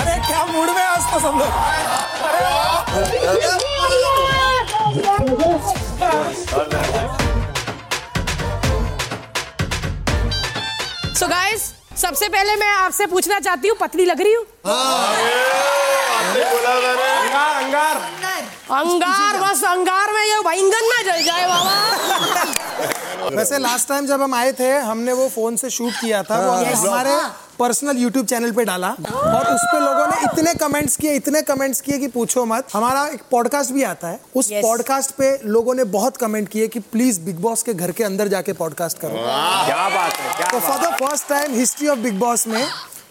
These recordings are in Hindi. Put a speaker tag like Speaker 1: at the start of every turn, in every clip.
Speaker 1: अरे क्या मूड में आज तो सब लोग
Speaker 2: सो गाइस सबसे पहले मैं आपसे पूछना चाहती हूँ पतली लग रही हूँ
Speaker 1: अंगार अंगार
Speaker 2: अंगार बस अंगार में ये बैंगन ना जल जाए बाबा
Speaker 1: वैसे लास्ट टाइम जब हम आए थे हमने वो फोन से शूट किया था वो हमने हमारे पर्सनल यूट्यूब चैनल पे डाला और उस पे लोगों ने इतने कमेंट्स किए इतने कमेंट्स किए कि पूछो मत हमारा एक पॉडकास्ट भी आता है उस
Speaker 2: Yes.
Speaker 1: पॉडकास्ट पे लोगों ने बहुत कमेंट किए कि प्लीज बिग बॉस के घर के अंदर जाके पॉडकास्ट करो
Speaker 3: क्या बात है क्या
Speaker 1: तो for the first time history of Bigg Boss में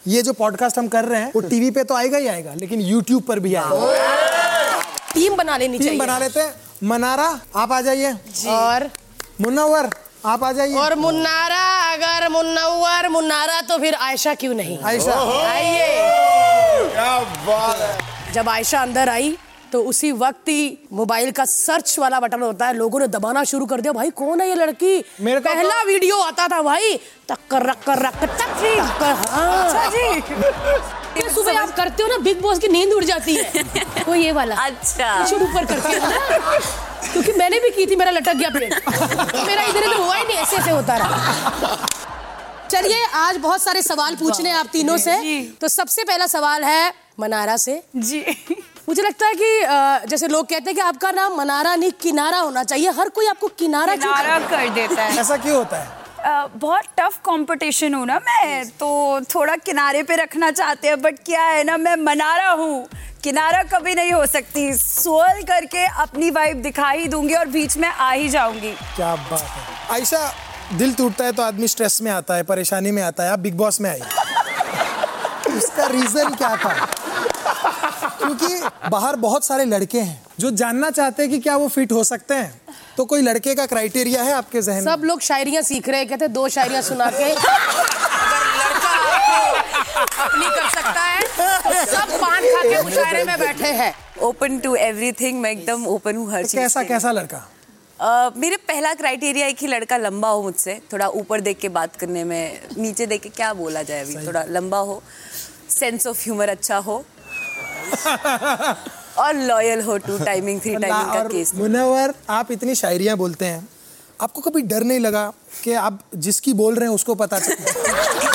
Speaker 1: ये जो पॉडकास्ट हम कर रहे हैं वो टीवी पे तो आएगा ही आएगा लेकिन यूट्यूब पर भी आएगा
Speaker 2: टीम बना लेनी
Speaker 1: टीम
Speaker 2: चाहिए
Speaker 1: बना लेते हैं मनारा आप आ जाइए
Speaker 2: और
Speaker 1: मुन्नावर आप आ जाइए
Speaker 2: और मुन्नारा अगर मुन्नवर मुन्नारा तो फिर आयशा क्यों नहीं
Speaker 1: आयशा
Speaker 2: आइए
Speaker 3: क्या बात है
Speaker 2: जब आयशा अंदर आई तो उसी वक्त ही मोबाइल का सर्च वाला बटन होता है लोगों ने दबाना शुरू कर दिया भाई कौन है ये लड़की
Speaker 1: मेरे को तो-
Speaker 2: पहला वीडियो आता था भाई टक्कर रक्कर रक्कर टक्कर रक्कर, हाँ। ये सुबह आप करते हो ना बिग बॉस की नींद उड़ जाती है वो ये वाला
Speaker 4: अच्छा
Speaker 2: शुरू ऊपर करते हो ना। क्योंकि मैंने भी की थी मेरा लटक गया पेट मेरा इधर उधर हुआ ही नहीं ऐसे ऐसे होता रहा चलिए आज बहुत सारे सवाल पूछने हैं आप तीनों से तो सबसे पहला सवाल है मनारा से
Speaker 4: जी
Speaker 2: मुझे लगता है कि अ, जैसे लोग कहते हैं कि आपका नाम मनारा नहीं किनारा होना चाहिए हर कोई आपको किनारा क्यों कहता
Speaker 4: नारा कर देता है
Speaker 1: ऐसा क्यों होता है
Speaker 4: अ, बहुत टफ कंपटीशन हूँ ना मैं तो थोड़ा किनारे पे रखना चाहते हैं बट क्या है ना मैं मनारा हूँ किनारा कभी नहीं हो सकती सोल करके अपनी वाइब दिखा ही दूंगी और बीच में आ ही जाऊंगी
Speaker 1: क्या बात है आयशा दिल टूटता है तो आदमी स्ट्रेस में आता है परेशानी में आता है आप बिग बॉस में आई उसका रीजन क्या था क्योंकि बाहर बहुत सारे लड़के हैं जो जानना चाहते हैं कि क्या वो फिट हो सकते हैं तो कोई लड़के का क्राइटेरिया है आपके जहन
Speaker 2: है?
Speaker 1: में
Speaker 2: सब लोग शायरियां सीख रहे हैं कहते हैं, दो शायरियां सुना के
Speaker 4: लड़का
Speaker 2: नहीं कर सकता है तो सब पान खा के मुशायरे में बैठे हैं
Speaker 4: ओपन टू एवरीथिंग मैं एकदम ओपन हूँ हर चीज
Speaker 1: तो कैसा कैसा लड़का
Speaker 4: अ, मेरे पहला क्राइटेरिया एक ही लड़का लंबा हो मुझसे थोड़ा ऊपर देख के बात करने में नीचे देख के क्या बोला जाए अभी थोड़ा लंबा हो सेंस ऑफ ह्यूमर अच्छा हो और लॉयल हो टू टाइमिंग थ्री टाइमिंग का
Speaker 1: और
Speaker 4: केस
Speaker 1: मुनवर आप इतनी शायरियां बोलते हैं आपको कभी डर नहीं लगा कि आप जिसकी बोल रहे हैं उसको पता चले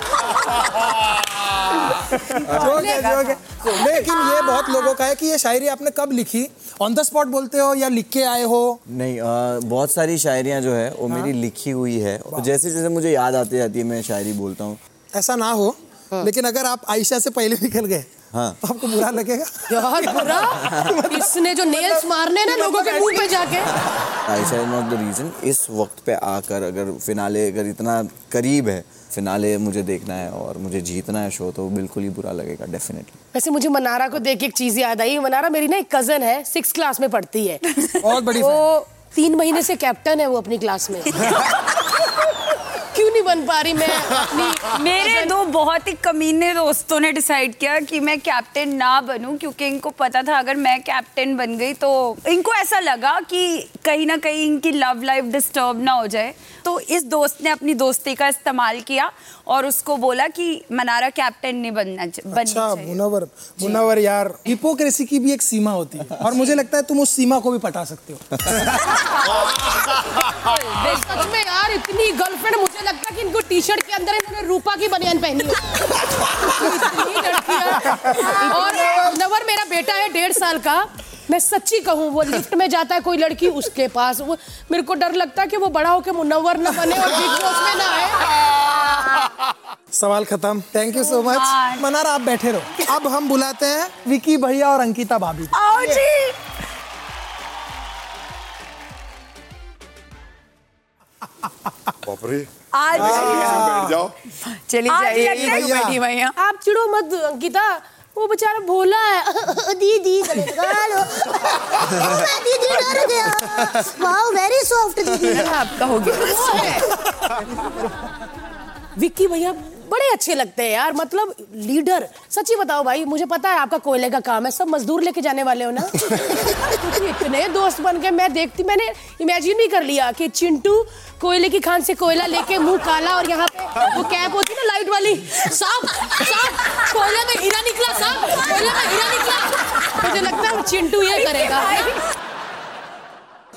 Speaker 1: जोक है, जोक है। लेकिन ये बहुत लोगों का है कि ये शायरी आपने कब लिखी ऑन द स्पॉट बोलते हो या लिख के आए हो
Speaker 5: नहीं आ, बहुत सारी शायरियाँ जो है वो मेरी लिखी हुई है और जैसे जैसे मुझे याद आती जाती है मैं शायरी बोलता हूँ
Speaker 1: ऐसा ना हो
Speaker 4: हाँ।
Speaker 1: लेकिन अगर आप आयशा से पहले निकल गए
Speaker 5: हाँ।
Speaker 1: तो आपको बुरा लगेगा
Speaker 2: यार बुरा इसने जो नेल्स मारने ना लोगों के मुंह पे जाके
Speaker 5: Ayesha is not the reason इस वक्त पे आकर अगर फिनाले अगर इतना करीब है फिनाले मुझे देखना है और मुझे जीतना है शो तो बिल्कुल ही बुरा लगेगा डेफिनेटली
Speaker 2: वैसे मुझे मनारा को देख के एक चीज याद आई मनारा मेरी ना एक कजन है सिक्स क्लास में पढ़ती है
Speaker 1: बहुत बड़ी
Speaker 2: वो तीन महीने से कैप्टन है वो अपनी क्लास में क्यों नहीं बन पा रही मैं अपनी
Speaker 4: मेरे दो बहुत ही कमीने दोस्तों ने डिसाइड किया कि मैं कैप्टन ना बनूं क्योंकि इनको पता था अगर मैं कैप्टन बन गई तो इनको ऐसा लगा कि कहीं ना कहीं इनकी लव लाइफ डिस्टर्ब ना हो जाए तो इस दोस्त ने अपनी दोस्ती का इस्तेमाल किया और उसको बोला कि मनारा कैप्टन नहीं बनना चा- बननी
Speaker 1: अच्छा
Speaker 4: चाहिए
Speaker 1: मुनवर मुनवर यार हिपोक्रेसी की भी एक सीमा होती है और मुझे लगता है तुम उस सीमा को भी पटा सकते हो
Speaker 2: सच में यार इतनी गर्लफ्रेंड मुझे लगता है कि इनको टी शर्ट के अंदर इन्होंने रूपा की बनियान पहनी हो इतनी लड़कियां। और नवर मेरा बेटा है डेढ़ साल का मैं सच्ची कहूँ वो लिफ्ट में जाता है कोई लड़की उसके पास वो मेरे को डर लगता है कि वो बड़ा होकर मुनवर ना बने और बिग बॉस में ना आए
Speaker 1: सवाल खत्म thank you so
Speaker 2: Oh,
Speaker 1: much Mannara आप बैठे रहो अब हम बुलाते हैं विकी भैया और अंकिता भाभी को।
Speaker 4: आओ जी
Speaker 3: बापरे
Speaker 4: आज हाँ।
Speaker 3: बैठ जाओ
Speaker 6: चली
Speaker 4: आज
Speaker 6: जाइए
Speaker 4: लग रहा है-
Speaker 6: क्यों बैठी भैया
Speaker 2: आप चिड़ो मत अंकिता वो बेचारा भोला है दीदी गले लगा लो। मैं दीदी डर गया वाओ वेरी सॉफ्ट दीदी
Speaker 6: आपका हो गया
Speaker 2: वो है विक्की भैया बड़े अच्छे लगते हैं यार मतलब लीडर सच्ची बताओ भाई मुझे पता है आपका कोयले का काम है सब मजदूर लेके जाने वाले हो ना क्योंकि इतने दोस्त बन के मैं देखती मैंने इमेजिन भी कर लिया कि चिंटू कोयले की खान से कोयला लेके मुंह काला और यहाँ पे वो कैप होती है ना लाइट वाली साफ साफ कोयले में हीरा निकला साफ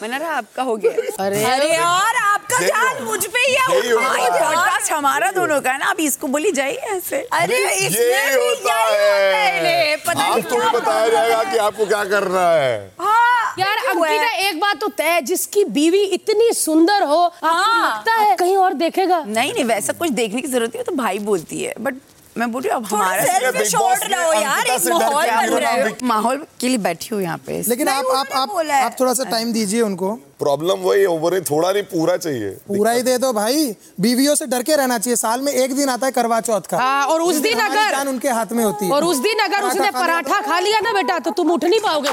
Speaker 4: मना रहा आपका हो गया
Speaker 2: अरे
Speaker 6: अरे यार आपका
Speaker 3: यही
Speaker 6: ध्यान
Speaker 3: होगा।
Speaker 6: मुझ पे ही है
Speaker 3: यही होगा।
Speaker 6: उतना ही पॉडकास्ट हमारा दोनों का है ना आप इसको बोली जाइए ऐसे
Speaker 4: अरे
Speaker 3: यही
Speaker 4: इसमें भी
Speaker 3: होता
Speaker 4: यही होता है इन्हें। पता नहीं
Speaker 3: आपको भी
Speaker 4: क्या
Speaker 3: बताया जाएगा कि आपको क्या करना है
Speaker 4: हाँ
Speaker 2: यार
Speaker 4: क्यों है?
Speaker 2: अंकिता एक बात तो तय है, जिसकी बीवी इतनी सुंदर हो आपको
Speaker 6: हाँ।
Speaker 2: लगता है कहीं और देखेगा
Speaker 6: नहीं नहीं वैसा कुछ देखने की जरूरत नहीं वो तो भाई बोलती है बट मैं बोल रही हूँ अब
Speaker 4: थोड़ा
Speaker 6: हमारा
Speaker 4: self
Speaker 3: Big Boss
Speaker 4: assured
Speaker 3: ने
Speaker 4: रहो यार
Speaker 3: अंकिता
Speaker 4: एक
Speaker 3: से डर के
Speaker 4: माहौल
Speaker 3: आगे
Speaker 4: बन रहा है
Speaker 3: ना
Speaker 6: माहौल के लिए बैठी हूँ यहाँ पे
Speaker 1: लेकिन
Speaker 4: नहीं,
Speaker 1: आप आप
Speaker 4: उन्होंने
Speaker 1: आप
Speaker 4: बोला है।
Speaker 1: आप थोड़ा सा टाइम दीजिए उनको
Speaker 3: प्रॉब्लम वही है उम्र थोड़ा नहीं पूरा चाहिए
Speaker 1: पूरा ही दे दो भाई बीवियों से डर के रहना चाहिए साल में एक दिन आता है करवा चौथ का
Speaker 2: हाँ, और उस दिन
Speaker 1: हमारी
Speaker 2: अगर-
Speaker 1: जान उनके हाथ में होती है
Speaker 2: और उस दिन अगर उसने
Speaker 1: खाना होता
Speaker 2: पराठा खा लिया ना बेटा तो तुम उठ नहीं पाओगे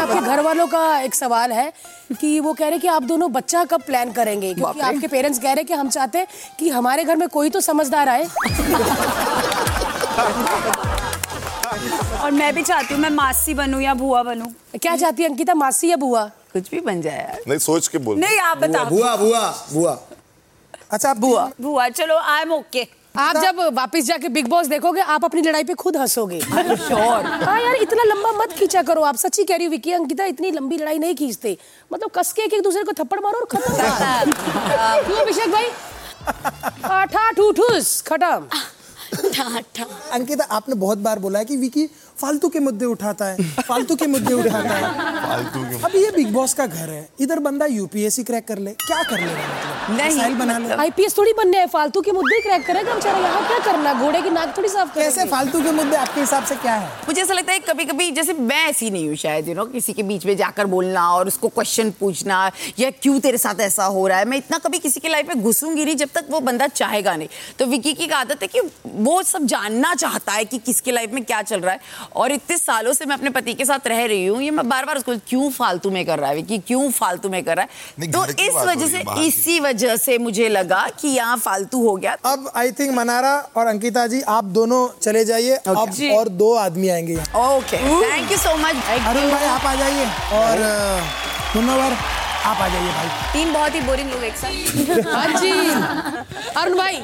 Speaker 2: आपके घर वालों का एक सवाल है कि वो कह रहे कि आप दोनों बच्चा कब प्लान करेंगे क्योंकि आपके पेरेंट्स कह रहे कि हम चाहते हैं कि हमारे घर में कोई तो समझदार आए
Speaker 4: और मैं भी चाहती हूँ मैं मासी बनूं या भुआ बनूं
Speaker 2: क्या चाहती है अंकिता मासी या बुआ
Speaker 6: कुछ भी बन जाए यार
Speaker 3: नहीं सोच के बोल
Speaker 4: नहीं आप बताओ
Speaker 5: बुआ बुआ बुआ
Speaker 1: अच्छा आप बुआ
Speaker 4: भुआ चलो आई एम ओके
Speaker 2: आप जब वापस जाके बिग बॉस देखोगे आप अपनी लड़ाई पे खुद हंसोगे
Speaker 6: श्योर
Speaker 2: हाँ यार इतना लंबा मत खींचा करो आप सच्ची कह रही हो विकी अंकिता इतनी लंबी लड़ाई नहीं खींचते मतलब कस के एक दूसरे को थप्पड़ मारो और खत्म क्यों अभिषेक भाई आठा ठूठूस खत्म
Speaker 1: अंकिता आपने बहुत बार बोला है कि विकी फालतू के मुद्दे उठाता है फालतू के मुद्दे उठाता है
Speaker 3: फालतू के
Speaker 1: अब ये बिग बॉस का घर है इधर बंदा यूपीएससी क्रैक कर ले क्या कर लेगा मतलब
Speaker 6: नहीं,
Speaker 1: मिसाइल बना ले
Speaker 2: आईपीएस थोड़ी बनने हैं फालतू के मुद्दे क्रैक करेगा बेचारा यहाँ क्या करना घोड़े की नाक थोड़ी साफ
Speaker 1: कैसे
Speaker 2: कैसे
Speaker 1: फालतू के मुद्दे आपके हिसाब से क्या है
Speaker 6: मुझे ऐसा लगता है कभी कभी जैसे मैं ऐसी नहीं हूँ शायद यू नो किसी के बीच में जाकर बोलना और उसको क्वेश्चन पूछना या क्यों तेरे साथ ऐसा हो रहा है मैं इतना कभी किसी के लाइफ में घुसूंगी नहीं जब तक वो बंदा चाहेगा नहीं तो विकी की एक आदत है कि वो सब जानना चाहता है कि किसके लाइफ में क्या चल रहा है और इतने सालों से मैं अपने पति के साथ रह रही हूँ ये मैं बार बार उसको क्यों फालतू में कर रहा है विकी क्यों फालतू में कर रहा है
Speaker 3: नहीं,
Speaker 6: तो
Speaker 3: घर की
Speaker 6: इस
Speaker 3: बात हो
Speaker 6: वजह
Speaker 3: रही है,
Speaker 6: से
Speaker 3: बाहर की।
Speaker 6: इसी वजह से मुझे लगा कि यहाँ फालतू हो गया
Speaker 1: अब आई थिंक मनारा और अंकिता जी आप दोनों चले जाइए अब
Speaker 6: जी।
Speaker 1: और दो आदमी आएंगे यहाँ
Speaker 6: okay thank you so much
Speaker 1: Arun भाई आप आ जाइए और अ, मुन्नवर आप आ जाइए भाई
Speaker 4: तीन बहुत ही बोरिंग लोग एक साथ
Speaker 2: हाँ जी अरुण भाई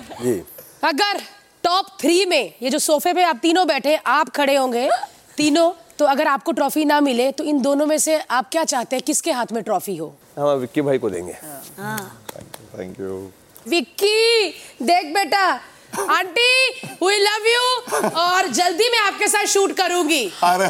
Speaker 2: अगर टॉप थ्री में ये जो सोफे पे आप तीनों बैठे आप खड़े होंगे तीनों तो अगर आपको ट्रॉफी ना मिले तो इन दोनों में से आप क्या चाहते हैं किसके हाथ में ट्रॉफी हो
Speaker 7: हम अब हाँ, विक्की भाई को देंगे
Speaker 3: थैंक यू
Speaker 2: विक्की देख बेटा आंटी वी लव यू और जल्दी मैं आपके साथ शूट करूंगी
Speaker 3: अरे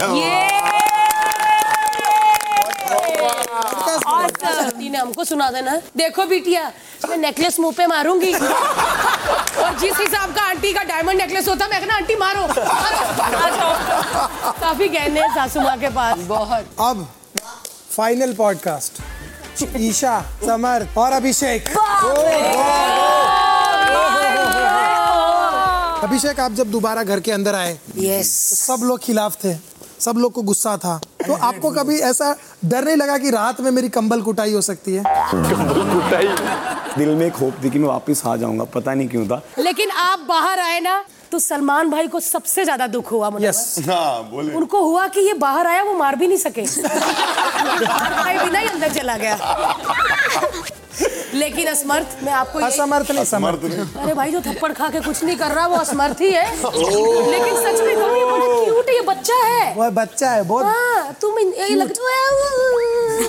Speaker 2: आंटी हाँ। ने हमको सुना देना देखो बिटिया मैं नेकलेस मुंह पे मारूंगी और जिस हिसाब का आंटी का डायमंड नेकलेस होता मैं कहना आंटी मारो मारो, मारो।" काफी गहने हैं सासू माँ के पास बहुत
Speaker 1: अब फाइनल पॉडकास्ट ईशा समर और अभिषेक अभिषेक आप जब दोबारा घर के अंदर आए
Speaker 2: यस
Speaker 1: तो सब लोग खिलाफ थे सब लोग को गुस्सा था तो आपको कभी ऐसा डर नहीं लगा कि रात में मेरी कंबल कुटाई हो सकती है
Speaker 8: दिल में एक होप थी कि मैं वापस आ जाऊंगा पता नहीं क्यों था
Speaker 2: लेकिन आप बाहर आए ना तो सलमान भाई को सबसे ज्यादा दुख हुआ मुझे
Speaker 1: यस
Speaker 3: हाँ बोले
Speaker 2: उनको हुआ कि ये बाहर आया वो मार भी नहीं सके मार पाए बिना ही अंदर चला गया लेकिन असमर्थ मैं आपको यही-
Speaker 1: असमर्थ नहीं समर्थ
Speaker 3: मर्द ने
Speaker 2: अरे भाई जो थप्पड़ खा के कुछ नहीं कर रहा वो असमर्थ ही है लेकिन सच में कहूं, ये बड़ा क्यूट है ये बच्चा है
Speaker 1: वह बच्चा है बहुत
Speaker 2: हाँ तुम इन- ये लग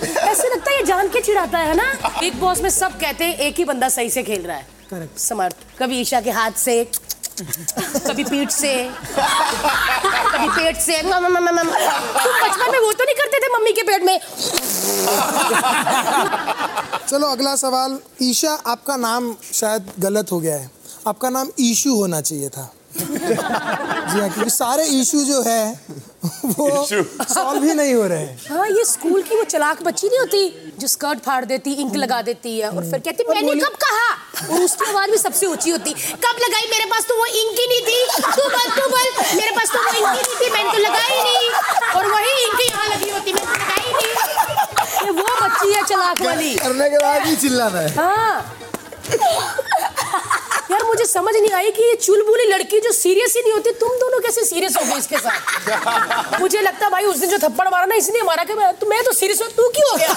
Speaker 2: ऐसे लगता है ये जान के चिढ़ाता है ना बिग बॉस में सब कहते हैं एक ही बंदा सही से खेल रहा है
Speaker 1: Correct.
Speaker 2: समर्थ कभी ईशा के हाथ से कभी पीठ से कभी पेट से मम, मम, मम, मम। तुम बचपन में वो तो नहीं करते थे मम्मी के पेट में हाँ।
Speaker 1: चलो अगला सवाल ईशा आपका नाम शायद गलत हो गया है आपका नाम ईशू होना चाहिए था जी हाँ क्योंकि सारे इशू जो है वो सॉल्व ही नहीं हो रहे हैं
Speaker 2: हाँ ये स्कूल की वो चलाक बच्ची नहीं होती जो स्कर्ट फाड़ देती इंक लगा देती है और फिर कहती मैंने कब कहा और उसकी आवाज भी सबसे ऊंची होती कब लगाई मेरे पास तो वो इंक ही नहीं थी तू बोल तू बोल मेरे पास तो वो इंक ही नहीं थी मैंने तो लगाई नहीं और वही इंक यहाँ लगी होती मैंने तो लगाई नहीं ये वो बच्ची है चलाक वाली
Speaker 1: करने के बाद ही चिल्लाना है
Speaker 2: हाँ यार मुझे समझ नहीं आई कि ये चुलबुली लड़की जो सीरियस ही नहीं होती तुम दोनों कैसे सीरियस हो गए इसके साथ मुझे लगता भाई उस दिन जो थप्पड़ मारा ना इसलिए मारा कि मैं तो, मैं तो सीरियस हूँ तू क्यों हो गया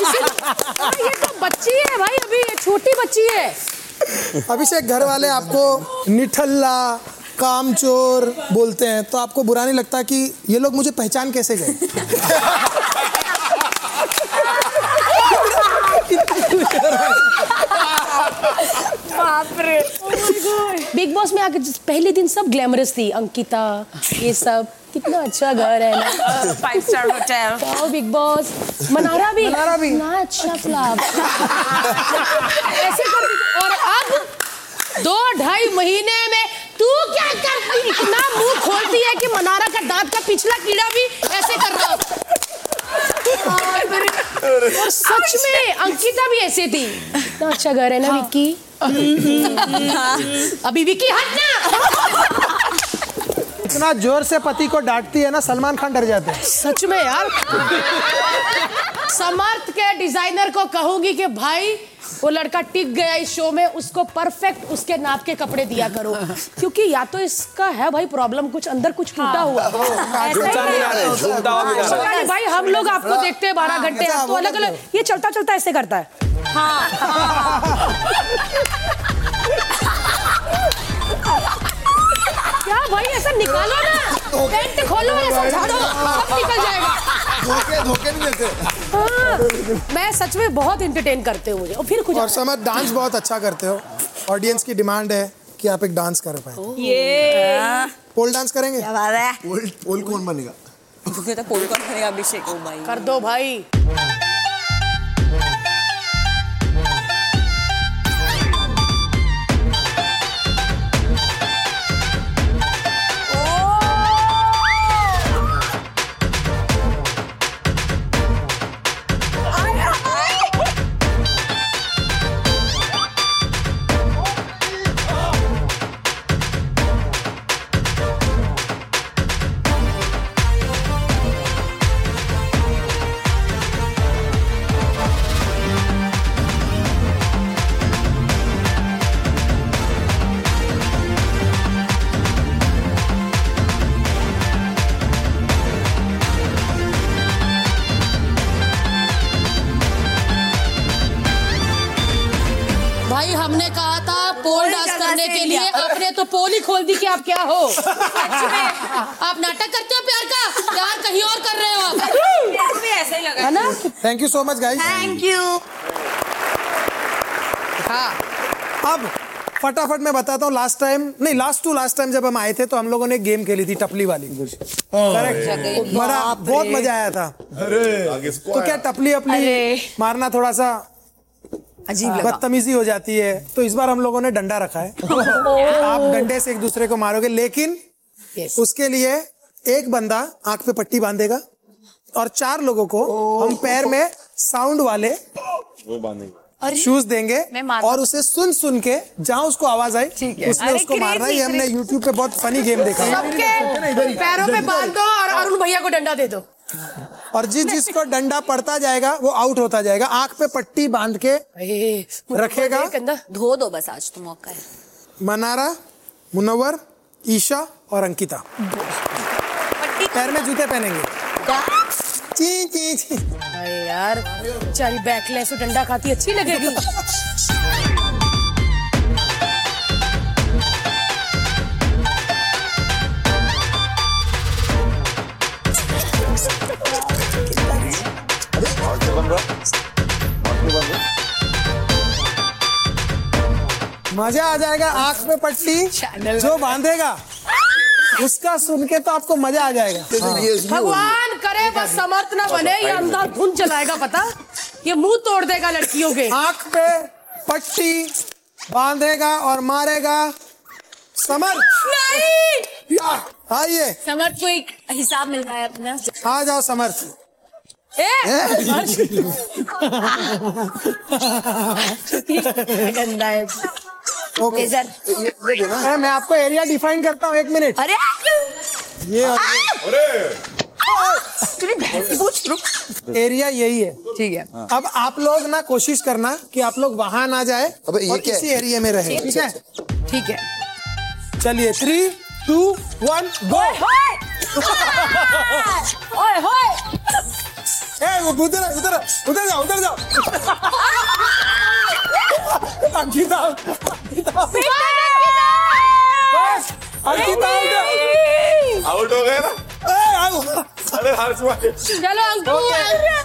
Speaker 2: इसे- हाँ, ये तो बच्ची है भाई अभी ये छोटी बच्ची है
Speaker 1: अभिषेक घर वाले आपको निठल्ला कामचोर बोलते हैं तो आपको बुरा नहीं लगता कि ये लोग मुझे पहचान कैसे गए
Speaker 2: बिग बॉस में आके जिस- पहले दिन सब ग्लैमरस थी अंकिता ये सब कितना अच्छा घर है ना
Speaker 4: five star hotel
Speaker 2: wow big boss Mannara भी
Speaker 1: मनारा भी।
Speaker 2: ना अच्छा क्लब ऐसे कर दी- और अब दो ढाई महीने में तू क्या करती इतना मुंह खोलती है कि मनारा का दांत का पिछला कीड़ा भी ऐसे कर रहा और और सच में अंकिता भी ऐसे थी इतना अच्छा घर है ना विक्की अभी विक्की हट ना
Speaker 1: इतना जोर से पति को डांटती है ना सलमान खान डर जाते हैं
Speaker 2: सच में यार समर्थ के डिजाइनर को कहूंगी कि भाई वो लड़का टिक गया इस शो में उसको परफेक्ट उसके नाप के कपड़े दिया करो क्योंकि या तो इसका है भाई प्रॉब्लम कुछ अंदर कुछ
Speaker 1: हाँ।
Speaker 2: टूटा हुआ ऐसा ही है। हाँ, पता नहीं भाई हम लोग आपको देखते हैं बारह घंटे
Speaker 1: हाँ, अच्छा,
Speaker 2: आप तो
Speaker 1: वो हाँ,
Speaker 2: अलग अलग ये चलता चलता ऐसे करता है क्या भाई ऐसा निकालो
Speaker 1: तो
Speaker 2: ना पेंट खोलो ऐसा झाड़ो सब निकल जाएगा
Speaker 7: धोखे धोखे नहीं देते
Speaker 2: हाँ, मैं सच में बहुत इंटरटेन करते हो मुझे और फिर कुछ
Speaker 1: और समझ डांस बहुत अच्छा करते हो ऑडियंस की डिमांड है कि आप एक डांस कर पाए पोल डांस करेंगे
Speaker 7: पोल पोल कौन बनेगा
Speaker 9: तो पोल कौन करेगा अभिषेक ओ भाई
Speaker 2: कर दो भाई भाई हमने कहा था पोल डांस करने के लिए आपने तो पोल ही खोल दी कि आप क्या हो आप नाटक करते हो प्यार का प्यार कहीं और कर रहे हो आप
Speaker 4: ऐसा ही लगा
Speaker 2: है ना
Speaker 1: thank you so much guys
Speaker 6: thank you
Speaker 1: हाँ। अब फटाफट मैं बताता हूँ लास्ट टाइम नहीं लास्ट टू लास्ट टाइम जब हम आए थे तो हम लोगों ने गेम खेली थी टपली वाली
Speaker 7: अच्छा,
Speaker 1: करेक्ट बड़ा बहुत मजा आया था
Speaker 3: आगे इसको
Speaker 1: तो
Speaker 3: आया।
Speaker 1: क्या टपली अपनी मारना थोड़ा सा
Speaker 6: अजीब लगा
Speaker 1: बदतमीजी हो जाती है तो इस बार हम लोगों ने डंडा रखा है आप डंडे से एक दूसरे को मारोगे लेकिन उसके लिए एक बंदा आंख पे पट्टी बांधेगा और चार लोगों को हम पैर में साउंड वाले
Speaker 3: वो बांधेंगे
Speaker 1: शूज देंगे
Speaker 4: मारना-
Speaker 1: और उसे सुन सुन के जहाँ उसको आवाज आई उसने
Speaker 4: अरे,
Speaker 1: उसको
Speaker 4: crazy,
Speaker 1: मारना ये हमने यूट्यूब पे बहुत फनी गेम देखा है।
Speaker 2: सबके पैरों पे बांध दो और अरुण भैया को डंडा दे दो
Speaker 1: और जिस जिसको डंडा पड़ता जाएगा वो आउट होता जाएगा आंख पे पट्टी बांध के
Speaker 2: ए,
Speaker 1: रखेगा?
Speaker 2: कंधा
Speaker 9: धो दो बस आज तो मौका है
Speaker 1: मनारा मुनवर ईशा और अंकिता पैर में जूते पहनेंगे ची ची ची
Speaker 2: अरे यार बेचारी बैकलेस और डंडा खाती अच्छी लगेगी
Speaker 1: मजा आ जाएगा आंख पे पट्टी जो बांधेगा उसका सुन के तो आपको मजा आ जाएगा
Speaker 2: भगवान करे बस समर्थ ना बने ये अंदाज धुन चलाएगा पता ये मुंह तोड़ देगा लड़कियों के
Speaker 1: आंख पे पट्टी बांधेगा और मारेगा समर
Speaker 9: नहीं
Speaker 1: आइए
Speaker 9: समर्थ को एक हिसाब मिल रहा है अपना
Speaker 1: आ जाओ समर्थ
Speaker 2: ए,
Speaker 9: गंदा है
Speaker 1: ओके अरे मैं आपको एरिया डिफाइन करता हूँ एक मिनट
Speaker 4: अरे
Speaker 1: ये और ये। एरिया यही है
Speaker 6: ठीक है
Speaker 1: अब आप लोग ना कोशिश करना कि आप लोग वहां ना जाए
Speaker 7: अबे ये
Speaker 1: और
Speaker 7: क्या है? अच्छा,
Speaker 1: इसी एरिया में रहे ठीक है
Speaker 6: ठीक है
Speaker 1: चलिए थ्री टू वन गो
Speaker 4: ओए होए
Speaker 1: ए वो उधर आ, उधर आ, उधर जाओ उधर जाओ अंकिता अंकिता बस अंकिता आउट
Speaker 3: आउट हो गए ना
Speaker 1: है। ए, out।
Speaker 3: अरे हर्ष भाई
Speaker 2: चलो अंकु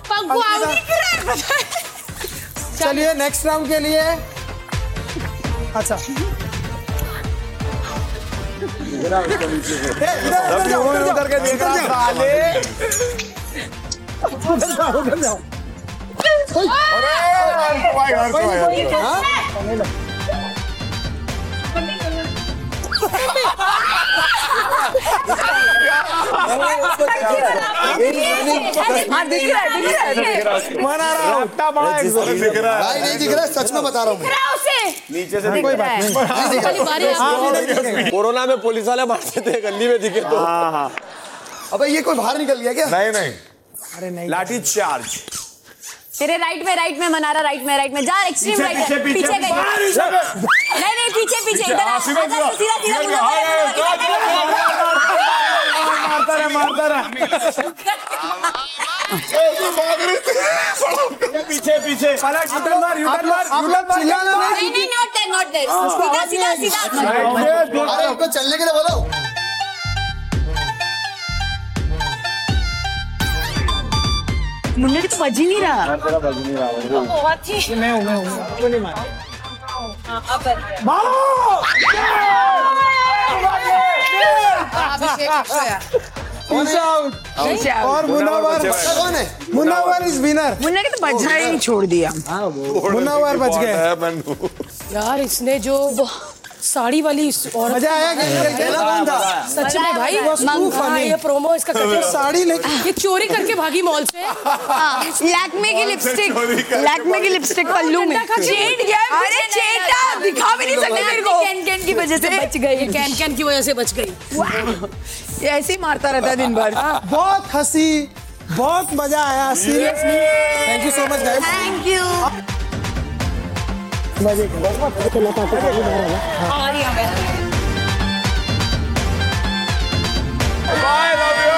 Speaker 2: पंकु
Speaker 1: अंकिता।
Speaker 2: आउट
Speaker 1: चलिए नेक्स्ट राउंड के लिए अच्छा ए, इधर- इधर जाओ, इधर जाओ,
Speaker 3: करके देखा साले
Speaker 1: इधर जाओ, इधर जाओ।
Speaker 3: अरे हर्ष भाई हर्ष भाई हर्ष भाई।
Speaker 6: हाँ दिख रहा है दिख रहा है
Speaker 1: मन आ रहा हूँ
Speaker 3: अरे दिख रहा है
Speaker 7: भाई नहीं दिख रहा है, सच में बता रहा हूँ मैं
Speaker 3: नीचे से दिख रहा है
Speaker 2: वाली बारी आप
Speaker 5: कोरोना में पुलिस वाले मारते थे गली में दिखे तो
Speaker 4: हाँ,
Speaker 7: अबे ये कोई बाहर निकल गया क्या
Speaker 3: नहीं नहीं
Speaker 1: अरे नहीं
Speaker 3: लाठी चार्ज
Speaker 9: तेरे राइट में राइट में मनारा राइट में राइट में जा एक्सट्रीम राइट
Speaker 3: पीछे
Speaker 9: में
Speaker 3: पीछे
Speaker 9: पीछे गई
Speaker 3: बारिश अबे।
Speaker 9: नहीं नहीं पीछे पीछे इधर
Speaker 3: हाँ,
Speaker 9: आ, आजा
Speaker 3: सीधा
Speaker 9: सीधा सीधा
Speaker 3: सीधा
Speaker 9: सीधा
Speaker 3: हाँ, हाँ, हाँ,
Speaker 9: इधर आ,
Speaker 3: हाँ, हाँ, हाँ,
Speaker 8: मारता रहा मारता रहा
Speaker 3: ऐसे भाग रही थी
Speaker 8: पीछे पीछे
Speaker 1: पलट यू टर्न मार यू टर्न मार
Speaker 7: आप
Speaker 1: यू
Speaker 7: लोग
Speaker 1: टर्न
Speaker 7: चिल्लाना
Speaker 1: मार
Speaker 9: नहीं नहीं नॉट देयर नॉट देयर
Speaker 2: हाँ,
Speaker 9: सीधा सीधा सीधा
Speaker 7: अरे उनको चलने के लिए बोलो
Speaker 6: मुन्ने तो बज ही नहीं रहा
Speaker 1: और मुनावर
Speaker 7: बच्चा कौन है
Speaker 1: मुनावर इज विनर
Speaker 6: मुन्ने के तो बजना ही नहीं छोड़ दिया
Speaker 1: मुनावर बच गए
Speaker 3: है मैनू
Speaker 2: यार इसने जो साड़ी वाली इस- और
Speaker 1: मजा आया कि नहीं? खेला कौन था
Speaker 2: सच में भाई
Speaker 1: was too
Speaker 2: मंग- हाँ,
Speaker 1: funny.
Speaker 2: ये प्रोमो इसका कर
Speaker 1: वो साड़ी लेके
Speaker 2: ये चोरी करके भागी मॉल से
Speaker 6: हाँ। लैक्मे की लिपस्टिक
Speaker 3: चोरी करके
Speaker 6: लैक्मे की लिपस्टिक पल्लू में
Speaker 2: चेट गया
Speaker 6: अरे चेटा दिखा भी नहीं सकते मेरे को कैन कैन की वजह से तो बच गई
Speaker 2: कैन कैन की वजह से बच गई
Speaker 6: ये ऐसे ही मारता रहता है दिन भर
Speaker 1: हाँ, बहुत हंसी बहुत मजा आया seriously thank you so much guys
Speaker 6: thank you
Speaker 3: bye love you